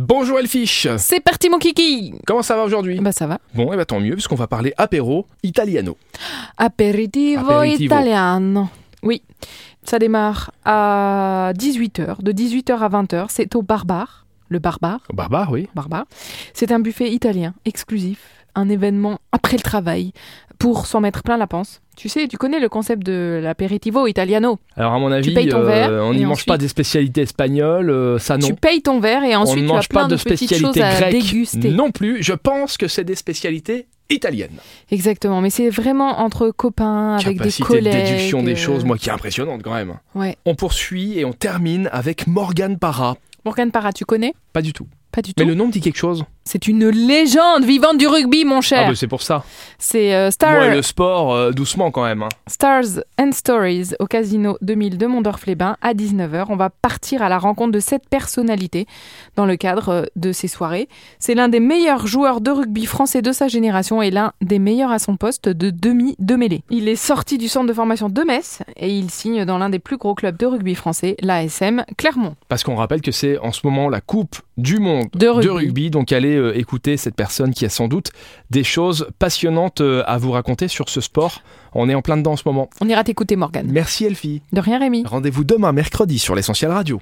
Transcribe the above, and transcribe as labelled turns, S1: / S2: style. S1: Bonjour Elfish
S2: C'est parti mon kiki
S1: Comment ça va aujourd'hui
S2: Bah ça va.
S1: Bon, et bah tant mieux, puisqu'on va parler apéro italiano.
S2: Aperitivo,
S1: Aperitivo.
S2: italiano. Oui, ça démarre à 18h, de 18h à 20h, c'est au Barbare, le Barbare,
S1: Barbare, oui.
S2: Barbare. C'est un buffet italien exclusif, un événement après le travail pour s'en mettre plein la panse. Tu sais, tu connais le concept de l'apéritivo italiano.
S1: Alors à mon avis, euh,
S2: payes ton verre,
S1: on
S2: et
S1: n'y mange
S2: ensuite-
S1: pas des spécialités espagnoles, euh, ça non.
S2: Tu payes ton verre et
S1: on
S2: ensuite
S1: ne
S2: tu as
S1: mange
S2: plein
S1: pas de
S2: petites choses
S1: spécialités
S2: à
S1: grecques
S2: déguster.
S1: non plus. Je pense que c'est des spécialités italiennes.
S2: Exactement, mais c'est vraiment entre copains, avec des
S1: Capacité
S2: collègues.
S1: de déduction des
S2: euh,
S1: choses, moi qui est impressionnante quand même.
S2: Ouais.
S1: On poursuit et on termine avec Morgane Parra.
S2: Morgane Parra, tu connais
S1: Pas du tout.
S2: Pas du tout.
S1: Mais le nom me dit quelque chose.
S2: C'est une légende vivante du rugby, mon
S1: Ah
S2: cher.
S1: bah, c'est pour ça.
S2: c'est euh, Star-
S1: Moi, le sport, euh, doucement quand même. hein.
S2: Stars and Stories au Casino 2000 de Mondorf-les-Bains à 19h. On va partir à la rencontre de cette personnalité dans le cadre euh, de ces soirées. C'est l'un des meilleurs joueurs de rugby français de sa génération et l'un des meilleurs à son poste de demi de mêlée. Il est sorti du centre de formation de Metz et il signe dans l'un des plus gros clubs de rugby français, l'ASM Clermont.
S1: Parce qu'on rappelle que c'est en ce moment la Coupe du Monde
S2: De rugby.
S1: de rugby. Donc allez euh, écouter cette personne qui a sans doute des choses passionnantes euh, à vous raconter sur ce sport. On est en plein dedans en ce moment.
S2: On ira t'écouter, Morgane.
S1: Merci Elfie.
S2: De rien, Rémi.
S1: Rendez-vous demain mercredi sur l'essentiel radio.